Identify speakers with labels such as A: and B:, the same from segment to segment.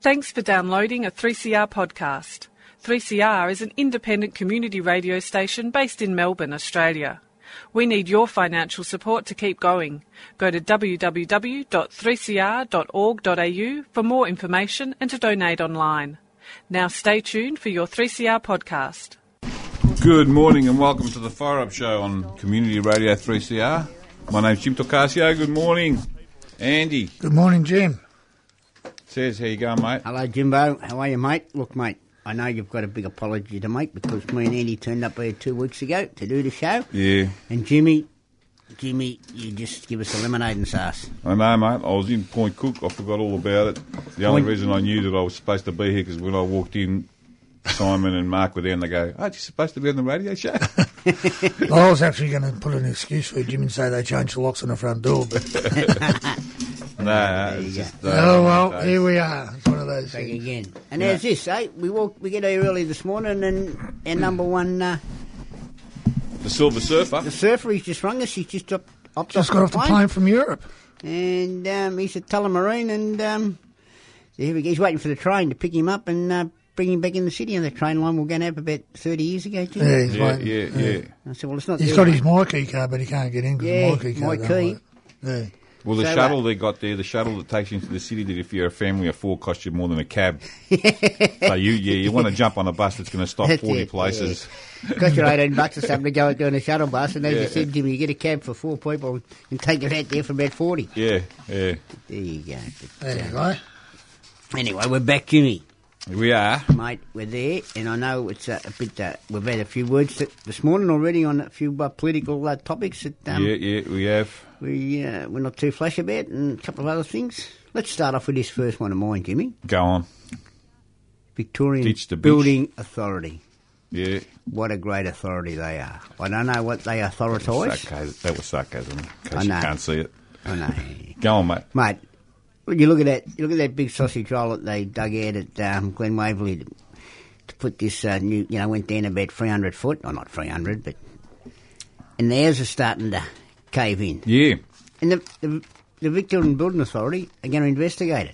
A: Thanks for downloading a 3CR podcast. 3CR is an independent community radio station based in Melbourne, Australia. We need your financial support to keep going. Go to www.3cr.org.au for more information and to donate online. Now stay tuned for your 3CR podcast.
B: Good morning and welcome to the Fire Up Show on Community Radio 3CR. My name's Jim Tocasio. Good morning. Andy
C: Good morning, Jim.
B: says, how you going, mate?
D: Hello, Jimbo. How are you, mate? Look, mate, I know you've got a big apology to make because me and Andy turned up here two weeks ago to do the show.
B: Yeah,
D: And Jimmy, Jimmy, you just give us a lemonade and sauce.
B: I know, mate. I was in Point Cook. I forgot all about it. The only
D: Point-
B: reason I knew that I was supposed to be here because when I walked in, Simon and Mark were there and they go, aren't you supposed to be on the radio show?
C: I was actually going to put an excuse for Jim and say they changed the locks on the front door, but
B: no, it's just... uh,
C: oh well, here we are. It's one of those
D: Back
C: things.
D: again. And there's this, eh? We walk, we get here early this morning, and our number one, uh,
B: The Silver Surfer.
D: the surfer, he's just rung us. He's just up, up
C: Just got off the plane from Europe.
D: and um, he's at Tullamarine, and um, so here we go. He's waiting for the train to pick him up and uh, bring him back in the city on the train line. We're going to have about thirty years ago, Jim.
C: Yeah, he's
B: Yeah,
C: waiting.
B: yeah, yeah.
D: I said, well, it's not.
C: He's
D: there
C: got
D: yet.
C: his my key card, but he can't get in because
D: Yeah,
C: my key card
D: my
C: don't
D: key.
C: work. Yeah.
B: Well, the
D: So, uh,
B: shuttle they got there, the shuttle that takes you into the city, that if you're a family of four, costs you more than a cab. so you, yeah, you want to jump on a bus that's going to stop
D: That's
B: forty
D: it,
B: places.
D: Cost you 18 bucks or something to go out doing a shuttle bus, and as you said, Jimmy, you get a cab for four people and take it out there for about 40.
B: Yeah, yeah.
D: There you go.
C: There you go.
D: Anyway, we're back, Jimmy.
B: We are.
D: Mate, we're there, and I know it's uh, a bit, uh, we've had a few words that, this morning already on a few uh, political uh, topics that um,
B: yeah, yeah, we have.
D: we, uh, we're not too flash about, and a couple of other things. Let's start off with this first one of mine, Jimmy.
B: Go on.
D: Victorian
B: Ditch the bitch.
D: Building Authority.
B: Yeah.
D: What a great authority they are. I don't know what they authoritise.
B: Sarcasm. That was sarcasm, in
D: I
B: case you
D: know.
B: can't see it.
D: I know.
B: Go on, mate.
D: mate. Look, you look at that. You look at that big sausage roll that they dug out at um, Glen Waverley to, to put this uh, new. You know, went down about three hundred foot, or not three hundred, but and the houses are starting to cave in.
B: Yeah.
D: And the the, the Victorian Building Authority are going to investigate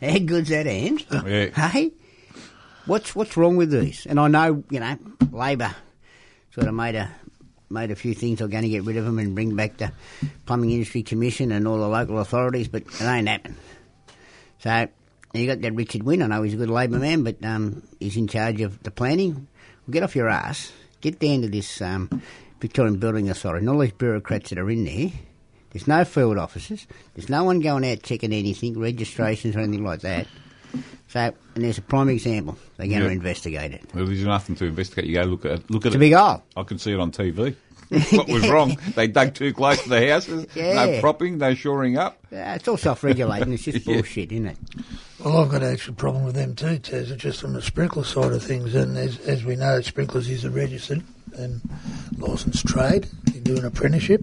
D: it. How good's that, Ange?
B: Yeah.
D: Hey, what's what's wrong with these? And I know you know Labor sort of made a made a few things. Are going to get rid of them and bring back the plumbing industry commission and all the local authorities, but it ain't happening. So and you got that Richard Wynne. I know he's a good Labor man, but um, he's in charge of the planning. Well, get off your ass. Get down to this um, Victorian Building Authority and all these bureaucrats that are in there. There's no field officers. There's no one going out checking anything, registrations or anything like that. So, and there's a prime example. They're going
B: Yeah.
D: to investigate it.
B: Well, there's nothing to investigate. You go look at it. Look at
D: It's a
B: it.
D: big hole.
B: I can see it on TV. what was wrong? They dug too close to the houses. No
D: Yeah.
B: propping, no shoring up.
D: Uh, it's all self-regulating. It's just
B: Yeah.
D: bullshit, isn't it?
C: Well, I've got an actual problem with them too, Taz. It's just on the sprinkler side of things, and as, as we know, sprinklers is a registered and licensed trade. You do an apprenticeship,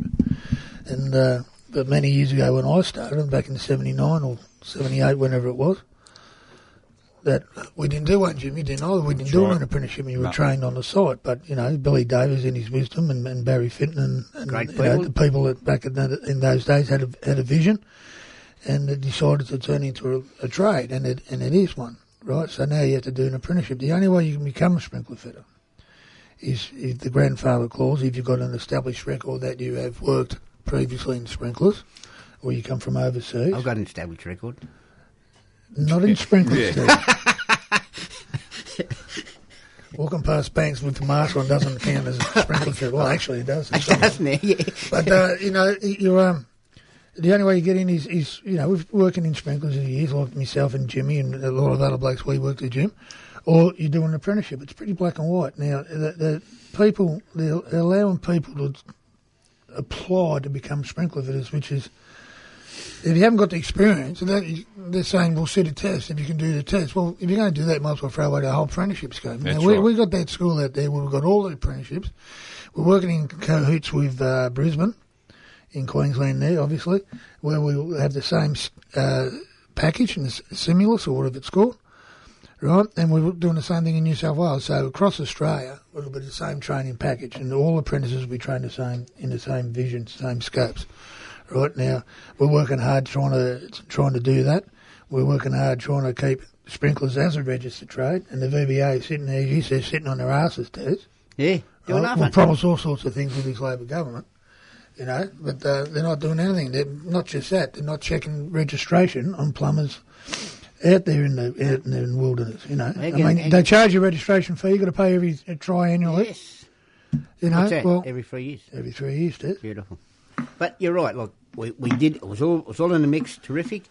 C: and uh, but many years ago when I started, back in '79 or '78, whenever it was, that we didn't do one, Jimmy, didn't I? We didn't do
B: right.
C: an apprenticeship. You were
B: No.
C: trained on the site, but you know Billy Davis in his wisdom and, and Barry Fitton and, and
D: Great
C: you know,
D: people.
C: the people that back in, that, in those days had a, had a vision and it decided to turn into a, a trade, and it and it is one, right? So now you have to do an apprenticeship. The only way you can become a sprinkler fitter is, is the grandfather clause. If you've got an established record that you have worked previously in sprinklers, or you come from overseas,
D: I've got an established record.
C: not in
B: Yeah.
C: sprinklers. Steve. Walking past banks with the marshal doesn't count as a sprinkler fitter. Well, actually, it does. in some ways.
D: Doesn't it? Yeah.
C: But uh, you know, you um, the only way you get in is, is you know, we've working in sprinklers for years, like myself and Jimmy and a lot of other blokes. We worked at Jim, or you do an apprenticeship. It's pretty black and white now. The, the people they're allowing people to apply to become sprinkler fitters, which is if you haven't got the experience, that- they're saying we'll set a test if you can do the test. Well, if you're going to do that, might as well throw away the whole apprenticeship scope.
B: That's
C: we,
B: right.
C: we got that school out there where we've got all the apprenticeships. We're working in cahoots with uh, Brisbane, in Queensland there, obviously, where we have the same uh, package and s- stimulus or whatever it's called. Right, and we're doing the same thing in New South Wales. So across Australia, it'll be the same training package, and all apprentices will be trained the same in the same vision, same scopes. Right now, we're working hard trying to trying to do that. We're working hard trying to keep sprinklers as a registered trade, and the VBA is sitting there, as you said, sitting on their asses, Tez.
B: Uh,
D: Yeah,
C: right?
D: doing nothing.
C: We promise all sorts of things with this Labor government, you know, but uh, they're not doing anything. They're not just that; they're not checking registration on plumbers out there in the out in the wilderness. You know,
D: They're
C: I
D: gonna-
C: mean, they charge you a registration fee. You got to pay every uh, triannually.
D: yes.
C: You know,
D: What's that?
C: well, every,
D: Every three years.
C: three years, Tez.
D: Beautiful. But you're right. Look, we, we did. It was all it was all in the mix. Terrific.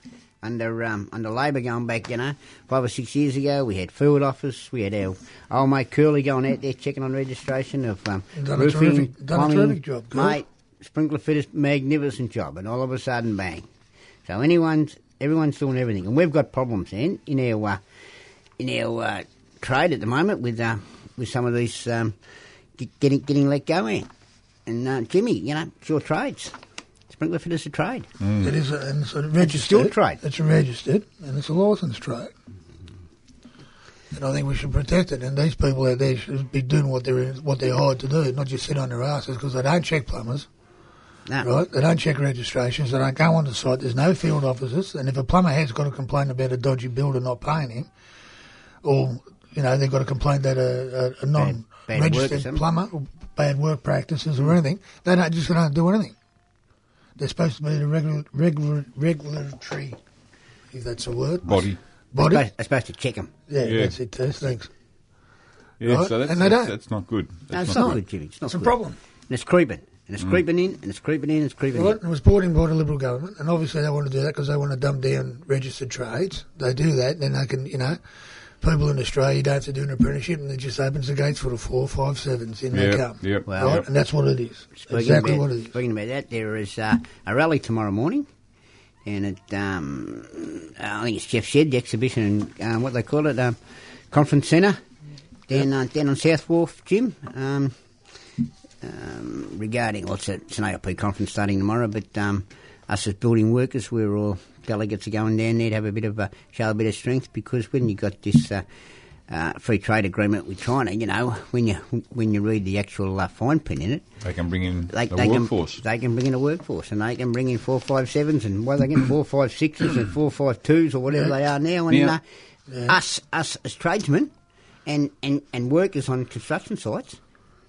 D: Under um, under Labor going back, you know, five or six years ago, we had field office. We had our old mate Curly going out there checking on registration of um,
C: Done a
D: roofing,
C: terrific- done a
D: plumbing,
C: terrific job, Curly.
D: mate. Sprinkler fitters, magnificent job, and all of a sudden, bang! So anyone's everyone's doing everything, and we've got problems then in our uh, in our uh, trade at the moment with uh, with some of these um, g- getting getting let go in. And uh, Jimmy, you know, it's your trades. Sprinkler fitters a trade.
C: It is, a, and it's a
D: It's Mm. a skilled
C: registered
D: trade.
C: It's a registered, and it's a licensed trade. And I think we should protect it. And these people out there should be doing what they're what they're hired to do, not just sit on their asses because they don't check plumbers,
D: No.
C: right? They don't check registrations. They don't go on the site. There's no field officers. And if a plumber has got a complaint about a dodgy builder not paying him, or you know they've got a complaint that a, a, a
D: bad work or
C: non-registered
D: something.
C: plumber or bad work practices or anything, they don't just don't do anything. They're supposed to be the regular, regular, regulatory, if that's a
B: Body.
C: word, body.
D: Supposed- they're supposed to check them.
C: Yeah,
B: Yeah.
C: that's it. Tess. Thanks.
B: Yeah,
C: Right,
B: so that's,
C: and they
B: that's,
C: don't.
B: that's not good. That's
D: No, it's not good, Jimmy. It's not
C: It's a
D: good.
C: problem. Mm.
D: And it's creeping. And it's creeping in, and it's creeping in, and it's creeping
C: Right,
D: in.
C: it was brought in by the Liberal government, and obviously they want to do that because they want to dumb down registered trades. They do that, then they can, you know, people in Australia don't have to do an apprenticeship, and it just opens the gates for the four, five, sevens in
B: Yep,
C: they come.
B: yep,
D: Wow.
C: right,
B: yep.
C: and that's what it is.
D: Speaking
C: exactly
D: about,
C: what it is.
D: Speaking about that, there is uh, a rally tomorrow morning, and it, um, I think it's Jeff Shed, the exhibition, and um, what they call it, um, conference centre, down, uh, down on South Wharf, Jim. Um, um, regarding what's it? It's an AOP conference starting tomorrow, but um, us as building workers, we're all delegates are going down there to have a bit of a show a bit of strength because when you got this uh, uh, free trade agreement with China, you know when you when you read the actual uh, fine print in it,
B: They can bring in
D: they,
B: the
D: they
B: workforce.
D: Can, they can bring in a workforce, and they can bring in four five sevens, and well, they get four five sixes and four five twos or whatever they are now. And
B: Yeah.
D: uh, us, us as tradesmen, and, and, and workers on construction sites.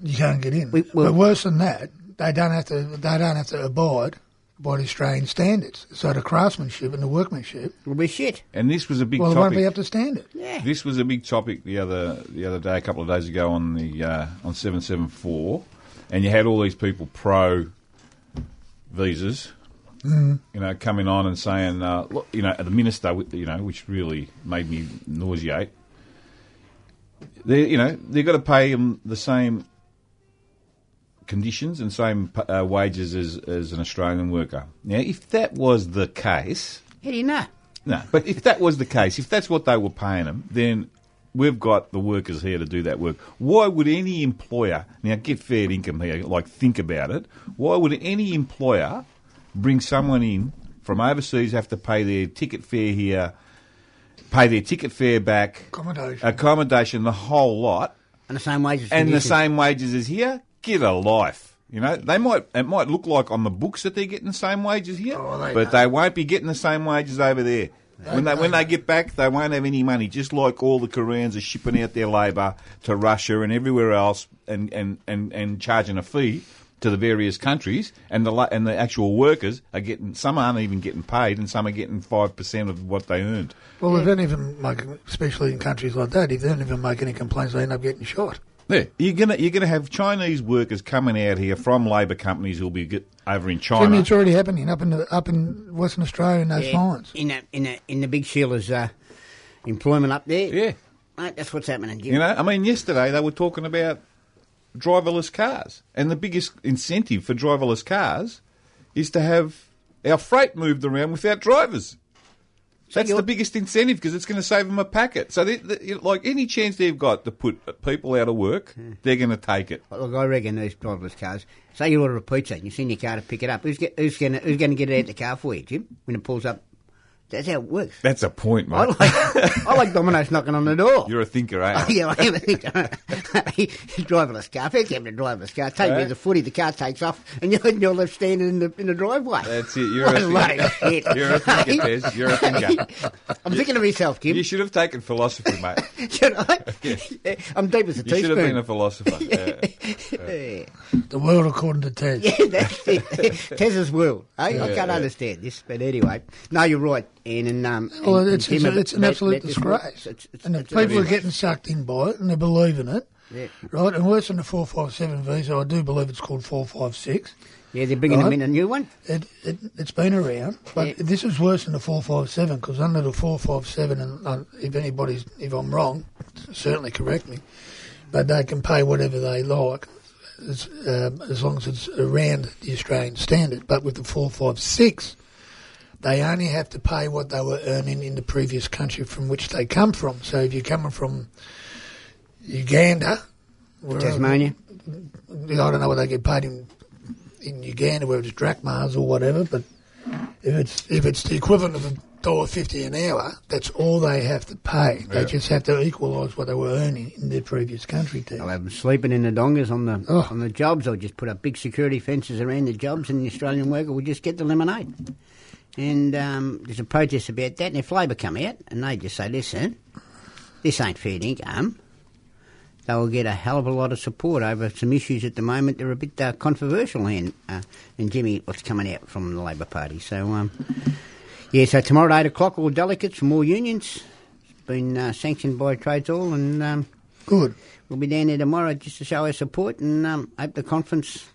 C: You can't get in.
D: We- well-
C: but worse than that, they don't have to. They don't have to abide by the Australian standards. So the craftsmanship and the workmanship,
D: Will be shit.
B: and this was a big
C: well, it won't
B: topic.
C: be up to standard.
D: Yeah.
B: This was a big topic the other the other day, a couple of days ago on the uh, on seven seven four, and you had all these people pro visas, you know, coming on and saying, uh, look, you know, the minister, you know, which really made me nauseate. They, you know, they've got to pay them the same conditions and same uh, wages as as an Australian worker. Now, if that was the case.
D: How do you know?
B: No, but if that was the case, if that's what they were paying them, then we've got the workers here to do that work. Why would any employer now get fair income here? Like, think about it. Why would any employer bring someone in from overseas have to pay their ticket fare here, pay their ticket fare back, Uh,
C: Accommodation.
B: accommodation, the whole lot,
D: And the same wages.
B: and the
D: conditions.
B: same wages as here? Get a life. You know, they might it might look like on the books that they're getting the same wages here,
C: Oh, they
B: but
C: know.
B: they won't be getting the same wages over there. when they when they get back, they won't have any money. Just like all the Koreans are shipping out their labour to Russia and everywhere else, and, and, and, and charging a fee to the various countries, and the la- and the actual workers are getting some aren't even getting paid, and some are getting five percent of what they earned.
C: Well, they don't even make, especially in countries like that, if they don't even make any complaints, they end up getting shot.
B: There. You're gonna you're gonna have Chinese workers coming out here from labour companies who'll be get over in China.
C: Jimmy, it's already happening up in the, up in Western Australia in those
D: Yeah,
C: mines.
D: in the in the in the big shielders uh, employment up there.
B: Yeah.
D: Mate, that's what's happening. Jim.
B: You know, I mean, yesterday they were talking about driverless cars, and the biggest incentive for driverless cars is to have our freight moved around without drivers. That's
D: you're-
B: the biggest incentive because it's going to save them a packet. So, they, they, you know, like any chance they've got to put people out of work,
D: Hmm.
B: they're going to take it.
D: But look, I reckon these driverless cars. Say you order a pizza and you send your car to pick it up. Who's, get, who's gonna who's gonna get it out the car for you, Jim? When it pulls up That's how it works.
B: That's a point,
D: I
B: mate.
D: like I like Domino's knocking on the door.
B: You're a thinker, eh?
D: Oh, yeah, I am. He's driving a scarf. He's having a driverless car. Take me
B: Right.
D: to the footy. The car takes off, and you're, and you're left standing in the in the driveway.
B: That's it. You're
D: What
B: a
D: a load of
B: thinker.
D: shit.
B: You're a thinker, Pez. You're a thinker.
D: I'm thinking to myself, Kim.
B: You should have taken philosophy, mate.
D: should I? I'm deep as a
B: You should have been
D: teaspoon.
B: a philosopher. Yeah.
D: Yeah.
C: The world according to Taz.
D: Yeah, that's it. Tez's world. eh? I
B: Yeah,
D: can't
B: yeah.
D: understand this, but anyway. No, you're right, Ian. And, um,
C: Well,
D: and-
C: it's,
D: and
C: it's,
D: Tim
C: a- it's an
D: about-
C: absolute
D: about this world.
C: disgrace.
D: It's- it's-
C: and the
D: it's-
C: people are
B: it's-
C: getting sucked in by it and they're believing it.
D: Yeah.
C: Right? And worse than the 457 visa, I do believe it's called 456.
D: Yeah, they're bringing them
C: Right.
D: in a new one.
C: It, it, it's been around, but
D: Yeah.
C: this is worse than the 457 because under the 457, and uh, if anybody's, if I'm wrong, certainly correct me, but they can pay whatever they like as, um, as long as it's around the Australian standard. But with the 456, they only have to pay what they were earning in the previous country from which they come from. So if you're coming from Uganda, wherever-
D: Tasmania.
C: I don't know what they get paid in in Uganda, whether it's drachmas or whatever, but if it's if it's the equivalent of a dollar fifty an hour, that's all they have to pay. They
B: Yeah.
C: just have to equalise what they were earning in their previous country. Too.
D: I'll have them sleeping in the dongas on the
C: Oh.
D: on the jobs. I'll just put up big security fences around the jobs, and the Australian worker will just get the lemonade. And um, there's a protest about that. And if Labor come out and they just say, "Listen, this ain't fair income," they will get a hell of a lot of support over some issues at the moment that are a bit uh, controversial. And uh, and Jimmy, what's coming out from the Labor Party? So um, yeah, so tomorrow at eight o'clock, all delegates from all unions. It's been uh, sanctioned by trades all and. Um,
C: Good.
D: We'll be down there tomorrow just to show our support and um, hope the conference,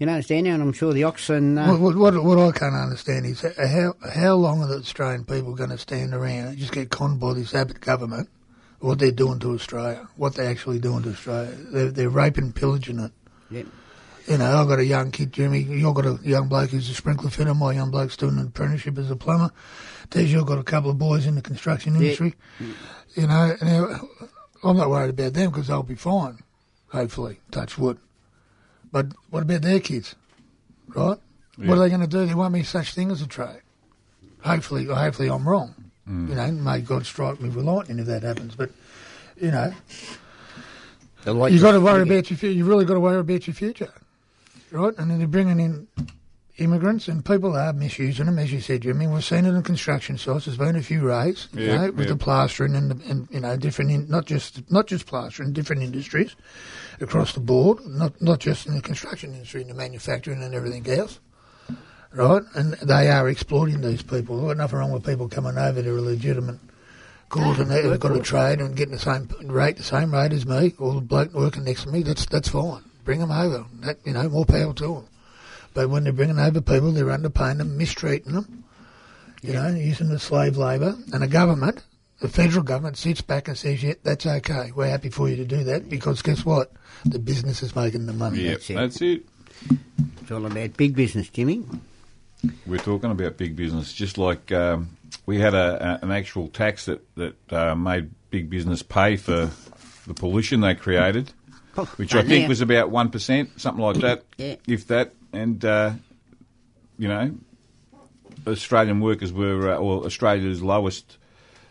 D: you know, it's down there and I'm sure the Ox and. Uh,
C: What, what, what, what I can't understand is how how long are the Australian people going to stand around and just get conned by this Abbott government? What they're doing to Australia, what they're actually doing to Australia, they're, they're raping, pillaging it.
D: yeah.
C: You know, I've got a young kid, Jimmy. You've got a young bloke who's a sprinkler fitter. My young bloke's doing an apprenticeship as a plumber. There's you've got a couple of boys in the construction industry. You know, now, I'm not worried about them because they'll be fine, hopefully, touch wood. But what about their kids, right?
B: Yeah.
C: What are they going to do? There won't be such thing as a trade. Hopefully, hopefully I'm wrong. You know, may God strike me with lightning if that happens. But, you know,
D: The light
C: you got to worry about your future. You really got to worry about your future, right? And then they're bringing in immigrants, and people are misusing them, as you said, Jimmy. We've seen it in construction sites. There's been a few raids, you
B: Yeah,
C: know, with
B: yeah.
C: the plastering and, the, and you know different, in, not just not just plastering, different industries across the board. Not not just in the construction industry, in the manufacturing and everything else. Right, and they are exploiting these people. There's nothing wrong with people coming over. They're a legitimate cause and they've got a trade and getting the same rate, the same rate as me, or the bloke working next to me, that's that's fine. Bring them over. That, you know, more power to them. But when they're bringing over people, they're underpaying them, mistreating them, you know, using the slave labour. And the government, the federal government, sits back and says, yeah, that's okay. We're happy for you to do that because guess what? The business is making the money.
B: Yeah,
D: That's it.
B: that's it.
D: It's all about big business, Jimmy.
B: We're talking about big business, just like um, we had a, a, an actual tax that that uh, made big business pay for the pollution they created,
D: Oh,
B: which I
D: right
B: think
D: now.
B: was about one percent, something like that,
D: Yeah.
B: if that. And uh, you know, Australian workers were, uh, or Australia's lowest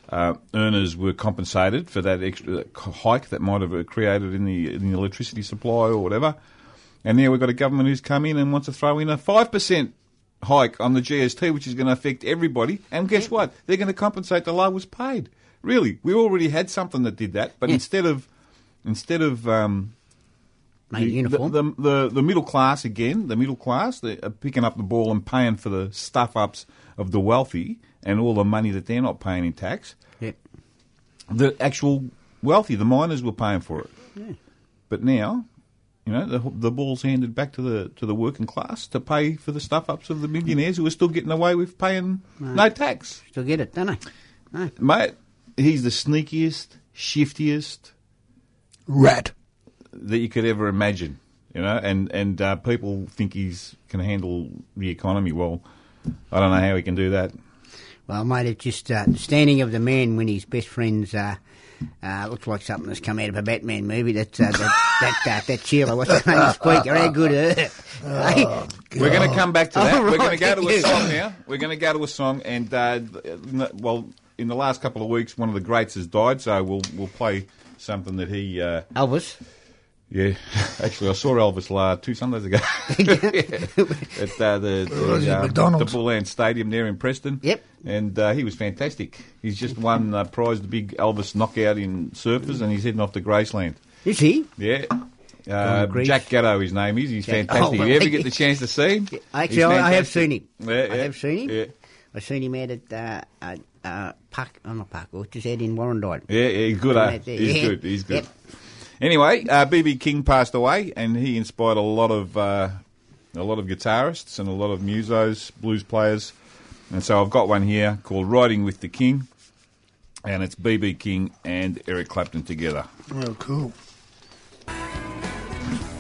B: uh, earners were compensated for that extra uh, hike that might have created in the in the electricity supply or whatever. And now we've got a government who's come in and wants to throw in a five percent hike on the GST, which is going to affect everybody. And guess what? They're going to compensate the lowest paid. Really, we already had something that did that, but
D: Yeah.
B: instead of instead of um,
D: Made
B: the-
D: uniform.
B: The, the, the, the middle class again, the middle class, they're uh, picking up the ball and paying for the stuff ups of the wealthy and all the money that they're not paying in tax.
D: yeah.
B: The actual wealthy, the miners, were paying for it. But now, you know, the, the ball's handed back to the to the working class to pay for the stuff ups of the millionaires who are still getting away with paying no tax.
D: Still get it, don't I? No.
B: Mate, he's the sneakiest, shiftiest,
C: Rat.
B: that you could ever imagine. You know, and and uh, people think he's can handle the economy. Well, I don't know how he can do that.
D: Well, mate, it's just uh, the standing of the man when his best friends uh, uh, looks like something that's come out of a Batman movie. That uh, that that, that, that Sheila, what's her name, Squeaker? How good her? Hey,
B: We're going to come back to that.
D: Oh,
B: We're
D: right,
B: going to go to a
D: yeah.
B: song now. We're going to go to a song, and uh, n- well, in the last couple of weeks, one of the greats has died, so we'll we'll play something that he. Uh,
D: Elvis.
B: yeah, actually, I saw Elvis La two Sundays ago at uh, the
C: was it,
B: the, um, the
C: McDonald's?
B: Bull Ant Stadium there in Preston.
D: Yep.
B: and uh, he was fantastic. He's just won uh, prize the big Elvis knockout in surfers, and he's heading off to Graceland.
D: Is he?
B: Yeah. Uh,
D: Grief.
B: Jack Gatto, his name is. He's
D: Jack-
B: fantastic.
D: Oh,
B: you ever
D: right.
B: get the chance to see him?
D: Actually,
B: He's
D: I, I have
B: fantastic.
D: seen him.
B: Yeah,
D: I
B: yeah,
D: have seen him.
B: yeah.
D: I seen him out at uh, uh, uh, Park, I'm not Park, just out in Warrandyte.
B: Yeah, yeah, he's good,
D: Yeah,
B: eh?
D: that's it.
B: He's
D: Yeah.
B: good. He's good.
D: Yep.
B: Anyway, uh, BB King passed away, and he inspired a lot of uh, a lot of guitarists and a lot of musos, blues players. And so I've got one here called "Riding with the King," and it's BB King and Eric Clapton together.
C: Well, cool.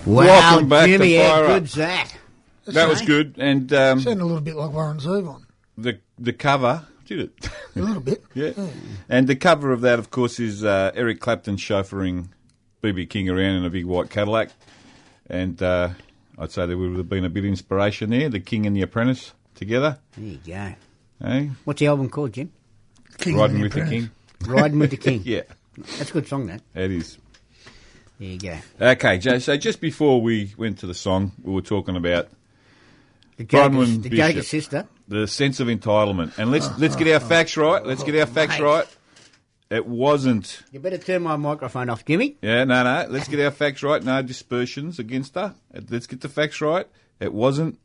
D: Wow,
B: Welcome back to
D: Jimmy,
B: Fire
D: how
B: Up.
D: good's that?
B: That was good. And um,
C: Sounded a little bit like Warren Zevon.
B: the the cover did it.
C: A little bit.
B: Yeah. And the cover of that, of course, is uh, Eric Clapton chauffeuring BB King around in a big white Cadillac. And uh, I'd say there would have been a bit of inspiration there, the King and the Apprentice together.
D: There you go.
B: Hey?
D: What's the album called, Jim?
C: King and
B: Riding with the
C: Apprentice.
B: King.
D: Riding with the King.
B: Yeah,
D: That's a good song, that.
B: it is.
D: There you go.
B: Okay, Joe, so just before we went to the song, we were talking about
D: The
B: Bronwyn
D: Joker's, the Joker's
B: Bishop.
D: sister.
B: the sense of entitlement. And let's, let's get our facts right. Let's get our facts
D: Mate.
B: Uh-huh. right. It wasn't
D: You better turn my microphone off, Jimmy.
B: Yeah, no, no. Let's get our facts right. No dispersions against her. Let's get the facts right. It wasn't.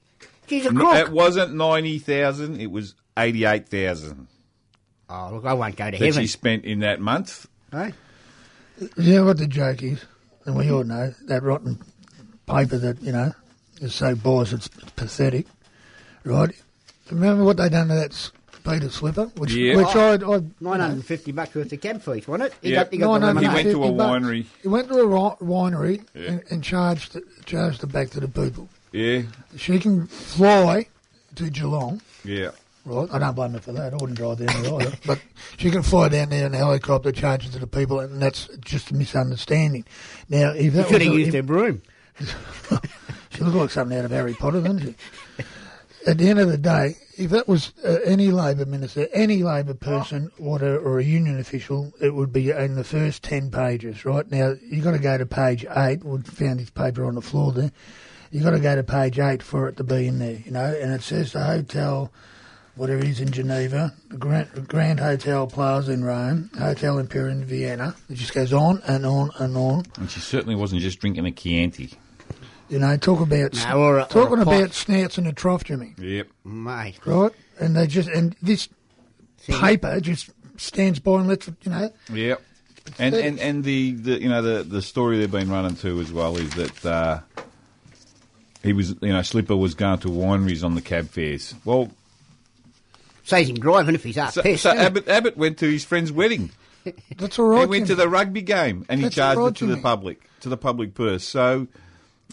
D: She's a
B: It
D: crook.
B: wasn't ninety thousand. It was eighty-eight thousand
D: Oh, look, I won't go to
B: that
D: heaven.
B: she spent in that month.
D: Hey?
C: You know what the joke is, and we all know that rotten paper that you know is so boars it's pathetic, right? Remember what they done to that s- Peter Slipper, which
B: Yeah.
C: which I, I you know,
D: 950 bucks worth of cab fees, wasn't it? He
B: Yeah.
D: got, he got the
C: 950
B: He went
D: lemonade.
B: to a
C: bucks.
B: winery.
C: He went to a ri- winery
B: Yeah.
C: and, and charged charged it back to the people.
B: Yeah,
C: She can fly to Geelong,
B: yeah.
C: right? I don't blame her for that. I wouldn't drive down there either. But she can fly down there in a helicopter, charge it to the people, and that's just a misunderstanding. Now, if that
D: Could have
C: was a-
D: used
C: if-
D: her broom.
C: She looked like something out of Harry Potter, didn't she? At the end of the day, if that was uh, any Labor minister, any Labor person, or a, or a union official, it would be in the first 10 pages, right? Now, you got to go to page 8. We found his paper on the floor there. you got to go to page 8 for it to be in there, you know? And it says the hotel, whatever it is in Geneva, the Grand, Grand Hotel Plaza in Rome, Hotel Imperial in Vienna. It just goes on and on and on.
B: And she certainly wasn't just drinking a Chianti.
C: You know, talk about
D: No, or a- or a
C: talking
D: pot.
C: about snouts and a trough, Jimmy.
B: Yep.
D: Mate.
C: Right? And they just and this paper just stands by and lets you know.
B: Yep. And and and the, the you know the the story they've been running to as well is that uh, he was you know Slipper was going to wineries on the cab fares. Well,
D: Saves him driving if he's half
B: so,
D: pissed.
B: so
D: doesn't it?
B: Abbott Abbott went to his friend's wedding.
C: That's all right.
B: He went to
C: Jimmy.
B: the rugby game and he
C: That's
B: charged
C: right,
B: it to the
C: Jimmy.
B: public, to the public purse. So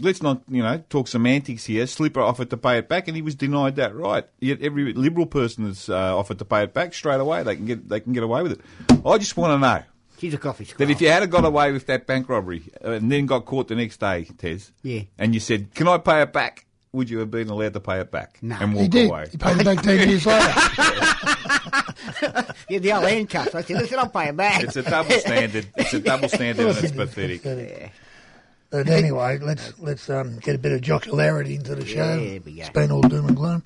B: let's not, you know, talk semantics here. Slipper offered to pay it back, and he was denied that right. Yet every liberal person that's uh, offered to pay it back straight away, they can get they can get away with it. I just want to know
D: She's a coffee squirrel.
B: that if you had have got away with that bank robbery uh, and then got caught the next day, Tez,
D: Yeah.
B: and you said, "Can I pay it back?" Would you have been allowed to pay it back
D: No.
B: and walk
C: he did.
B: away?
C: He paid it back ten years later.
D: Yeah, the old handcuffs. I said, listen, I'll pay it back.
B: It's a double standard. It's a double standard, and it's pathetic.
C: But anyway, let's let's um, get a bit of jocularity into the show.
D: there we go.
C: It's been all doom and gloom.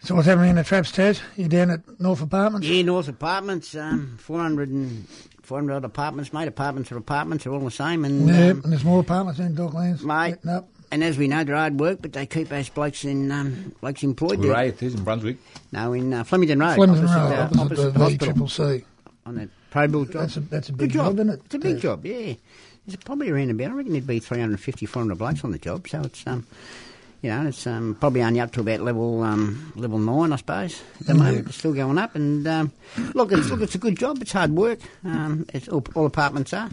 C: So what's happening in the traps, Taz? You down at North Apartments?
D: Yeah, North Apartments, um, 400 and 400 odd apartments, mate. Apartments are apartments, they're all the same. And,
C: Yeah,
D: um,
C: and there's more apartments in Docklands.
D: mate,
C: getting up.
D: and as we know, they're hard work, but they keep those blokes in um, blokes employed. there.
B: Right, it is in Brunswick.
D: No, in uh, Flemington Road,
C: Flemington
D: opposite,
C: Road,
D: uh,
C: opposite,
D: opposite
C: the,
D: the hospital,
C: Triple C.
D: on that Probil job.
C: That's a- that's a
D: Good
C: big job, isn't it? Uh,
D: It's a big
C: Yeah.
D: job, yeah. There's probably around about, I reckon there'd be 350, 400 blokes on the job, so it's, um, you know, it's um, probably only up to about level um, level nine, I suppose,
C: Mm-hmm.
D: at the moment. It's still going up, and um, look, it's, look, it's a good job, it's hard work, um, it's all, all apartments are.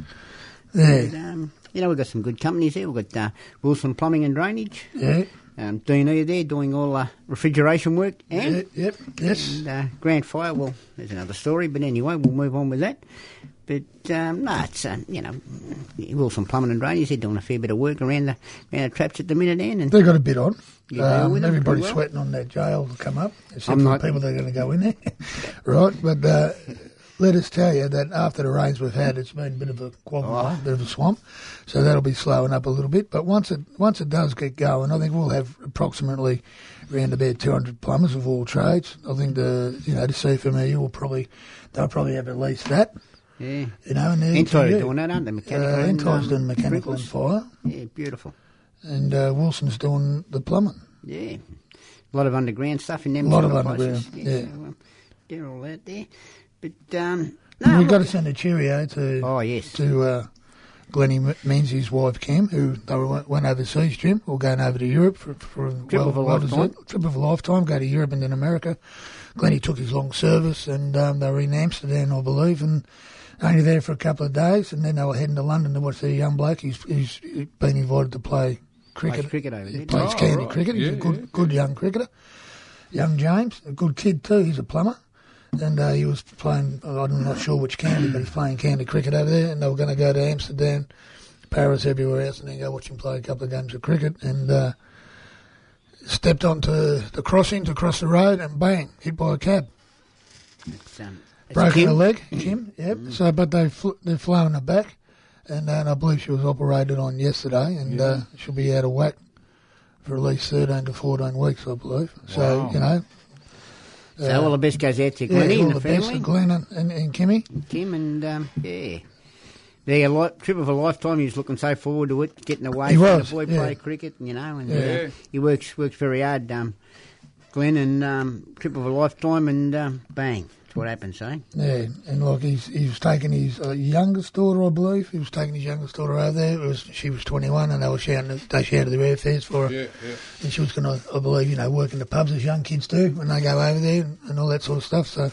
C: Yeah,
D: And, um, you know, we've got some good companies here. We've got uh, Wilson Plumbing and Drainage.
C: yeah.
D: Um, Dean E there doing all uh, refrigeration work and
C: Yep, yep, yes.
D: and, uh, Grand Fire, well, there's another story, but anyway, we'll move on with that. But um, no, it's um, you know Wilson Plumbing and Drainage. They're doing a fair bit of work around the around the traps at the minute, Ann, and
C: They got a bit on.
D: You deal with
C: Um,
D: them
C: everybody's
D: pretty well.
C: sweating on that jail to come up, except
D: I'm
C: for
D: not-
C: the people that are going to go in there, right? But uh, let us tell you that after the rains we've had, it's been a bit of a quagmire,
D: Oh.
C: a bit of a swamp, so that'll be slowing up a little bit. But once it once it does get going, I think we'll have approximately around about 200 plumbers of all trades. I think the you know the CFMEU E will probably they'll probably have at least that.
D: yeah,
C: You know, and
D: Entos are
C: yeah,
D: doing that, aren't they? Mechanical,
C: Uh,
D: and,
C: Entos
D: um,
C: doing mechanical and fire,
D: yeah, beautiful,
C: and uh, Wilson's doing the plumbing.
D: yeah, a lot of underground stuff in them.
C: Lot
D: sort
C: of
D: places.
C: underground,
D: yeah.
C: yeah.
D: So, um, they're all out there, but um,
C: And
D: no,
C: we've got to
D: look-
C: send a cheerio to
D: Oh, yes.
C: to uh, Glennie Menzies' wife Cam, who they went went overseas, Jim, or going over to Europe for, for
D: Trip of a lifetime.
C: deserved- trip of a lifetime. Go to Europe and then America. Glennie took his long service, and um, they were in Amsterdam, I believe, and only there for a couple of days, and then they were heading to London to watch their young bloke. He's, he's been invited to play cricket.
D: Plays cricket over
C: He
D: there.
C: plays
B: Oh,
C: county
B: right.
C: cricket. He's a
B: Yeah,
C: good,
B: yeah,
C: good young cricketer. Young James, a good kid too. He's a plumber. And uh, he was playing, I'm not sure which county, but he's playing county cricket over there. And they were going to go to Amsterdam, Paris, everywhere else, and then go watch him play a couple of games of cricket. And uh, stepped onto the crossing to cross the road, and bang, hit by a cab.
D: it's, um, it's
C: Broken
D: Kim.
C: a leg, Jim. Yep. So, but they fl- they're flown her back, and, uh, and I believe she was operated on yesterday, and uh, she'll be out of whack for at least thirteen to fourteen weeks, I believe. So
B: Wow.
C: you know,
D: So all the best goes out to
C: yeah,
D: Glennie
C: all
D: and
C: the
D: the
C: best
D: family.
C: to Glenn and, and, and Kimmy.
D: Kim and um, yeah, the li- trip of a lifetime. He's looking so forward to it, getting away
C: He
D: from
C: was,
D: the boy
C: yeah.
D: play cricket, you know, and
C: Yeah.
D: uh, he works works very hard. Um, Glenn and um, trip of a lifetime, and um, bang, that's what happens, eh?
C: Yeah, and look, he's he was taking his uh, youngest daughter, I believe. He was taking his youngest daughter over there. It was she was twenty one, and they were shouting, they shouted their airfares for her.
B: Yeah, yeah.
C: and she was going to, I believe, you know, work in the pubs as young kids do when they go over there and, and all that sort of stuff. So,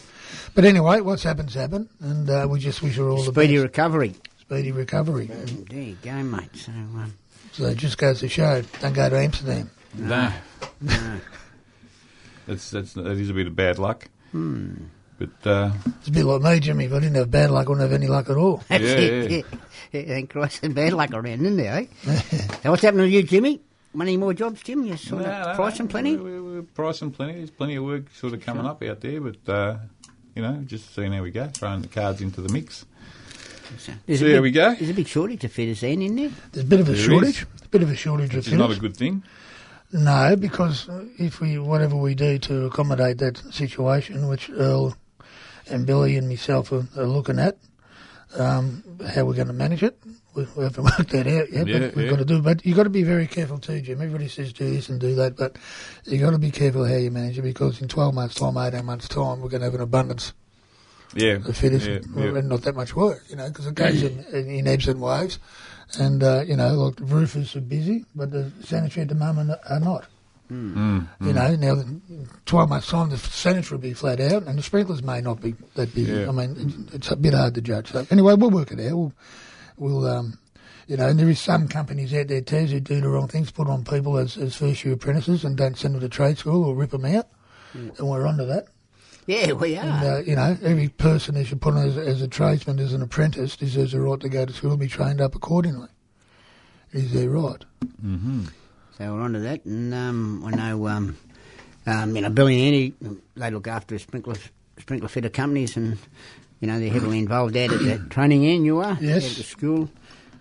C: but anyway, what's happened's happened, and uh, we just wish her all the
D: Speedy
C: best.
D: recovery.
C: speedy recovery. And
D: There you go, mate. So um,
C: so it just goes to show, don't go to Amsterdam.
B: No. that's, that's, that is a bit of bad luck.
D: Hmm.
B: But, uh,
C: It's a bit like me, Jimmy. If I didn't have bad luck, I wouldn't have any luck at all.
D: that's
B: Yeah,
D: it.
B: yeah.
D: Yeah. Thank Christ, and bad luck around, isn't there? Eh? so what's happening to you, Jimmy? Many more jobs, Jim? You saw
B: No, no,
D: that price
B: no.
D: and plenty.
B: We're, we're pricing plenty. There's plenty of work sort of coming up out there, but uh, you know, just seeing how we go, throwing the cards into the mix.
D: So there's a
B: there
D: big-
B: we go.
D: There's a big shortage of fitters then, isn't there?
C: There's a bit of a
B: There
C: shortage.
B: is.
C: A bit of a shortage of
B: Which is not a
C: fitters.
B: good thing.
C: No, because uh, if we whatever we do to accommodate that situation, which Earl and Billy and myself are, are looking at, um, how we're going to manage it, we, we haven't worked that out yet.
B: Yeah,
C: but we've
B: yeah.
C: got to do. But you got to be very careful too, Jim. Everybody says do this and do that, but you got to be careful how you manage it because in twelve months' time, eighteen months' time, we're going to have an abundance
B: Yeah.
C: the fittest
B: yeah,
C: well,
B: yeah.
C: and not that much work, you know, because it goes in, in, in ebbs and waves. And, uh, you know, like roofers are busy, but the sanitary at the moment are not.
B: Hmm.
C: You know, now the- 12 months' time, the sanitary will be flat out, and the sprinklers may not be that busy.
B: Yeah.
C: I mean, it's, it's a bit hard to judge. So, anyway, we'll work it out. We'll, we'll um, you know, and there is some companies out there, too, who do the wrong things, put on people as, as first year apprentices and don't send them to trade school or rip them out. And we're onto that.
D: Yeah, we are.
C: And, uh, you know, every person who should put on as, as a tradesman, as an apprentice, deserves the right to go to school and be trained up accordingly. It Is their right?
D: So we're on to that, and um, I know, um, um, you know, Billy and Andy, they look after the sprinkler sprinkler fitter companies, and you know they're heavily involved out at that training. end you are
C: Yes.
D: at the school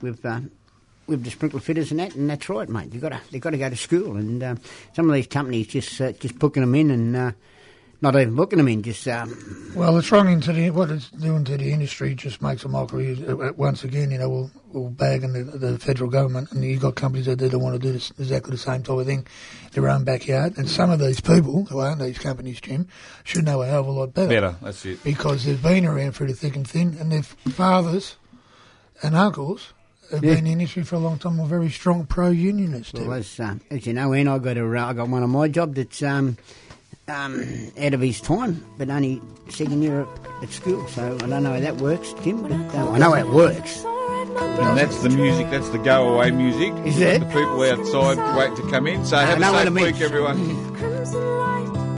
D: with um, with the sprinkler fitters and that, and that's right, mate. You got to they got to go to school, and um, some of these companies just uh, just booking them in and. Uh, not even booking them in, just um,
C: Well, it's wrong into the what it's doing to the industry. Just makes a mockery uh, once again. You know, we'll we'll bag in the, the federal government, and you've got companies out there that want to do this, exactly the same type of thing, in their own backyard. And some of these people who own these companies, Jim, should know a hell of a lot
B: Better. That's it.
C: because they've been around through the thick and thin, and their fathers and uncles have
D: Yeah.
C: been in the industry for a long time. Were very strong pro-unionists.
D: well, as, uh, as you know, and I got a, I got one on my job that's um, um, out of his time, but only second year at school. So I don't know how that works, Tim. But uh, I know how it works.
E: Sorry,
B: And that's the music, that's the go away music.
D: Is it? Ah,
B: The people outside wait to come in. So have
D: no
B: a
D: one
B: safe
D: admits.
B: week, everyone.
E: Crimson light.